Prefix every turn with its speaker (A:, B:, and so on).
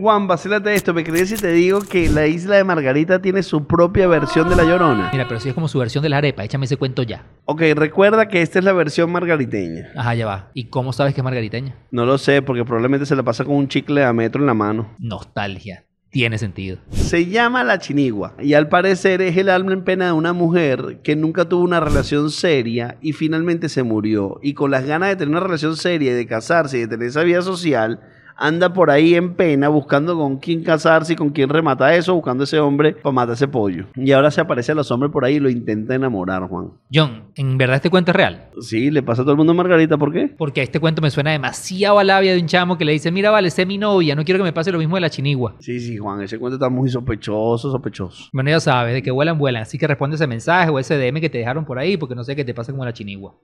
A: Juan, vacílate esto, me crees si te digo que la isla de Margarita tiene su propia versión de La Llorona.
B: Mira, pero si es como su versión de la arepa, échame ese cuento ya.
A: Ok, recuerda que esta es la versión margariteña.
B: Ajá, ya va. ¿Y cómo sabes que es margariteña?
A: No lo sé, porque probablemente se la pasa con un chicle a metro en la mano.
B: Nostalgia. Tiene sentido.
A: Se llama La Chinigua y al parecer es el alma en pena de una mujer que nunca tuvo una relación seria y finalmente se murió. Y con las ganas de tener una relación seria y de casarse y de tener esa vida social, anda por ahí en pena buscando con quién casarse y con quién remata eso, buscando ese hombre para matar ese pollo. Y ahora se aparece a los hombres por ahí y lo intenta enamorar, Juan.
B: John, ¿en verdad este cuento es real?
A: Sí, le pasa a todo el mundo a Margarita, ¿por qué?
B: Porque este cuento me suena demasiado a labia de un chamo que le dice, mira, vale, sé mi novia, no quiero que me pase lo mismo de la chinigua.
A: Sí, sí, Juan, ese cuento está muy sospechoso, sospechoso.
B: Bueno, ya sabes, de que vuelan, vuelan. Así que responde ese mensaje o ese DM que te dejaron por ahí, porque no sé qué te pasa como la chinigua.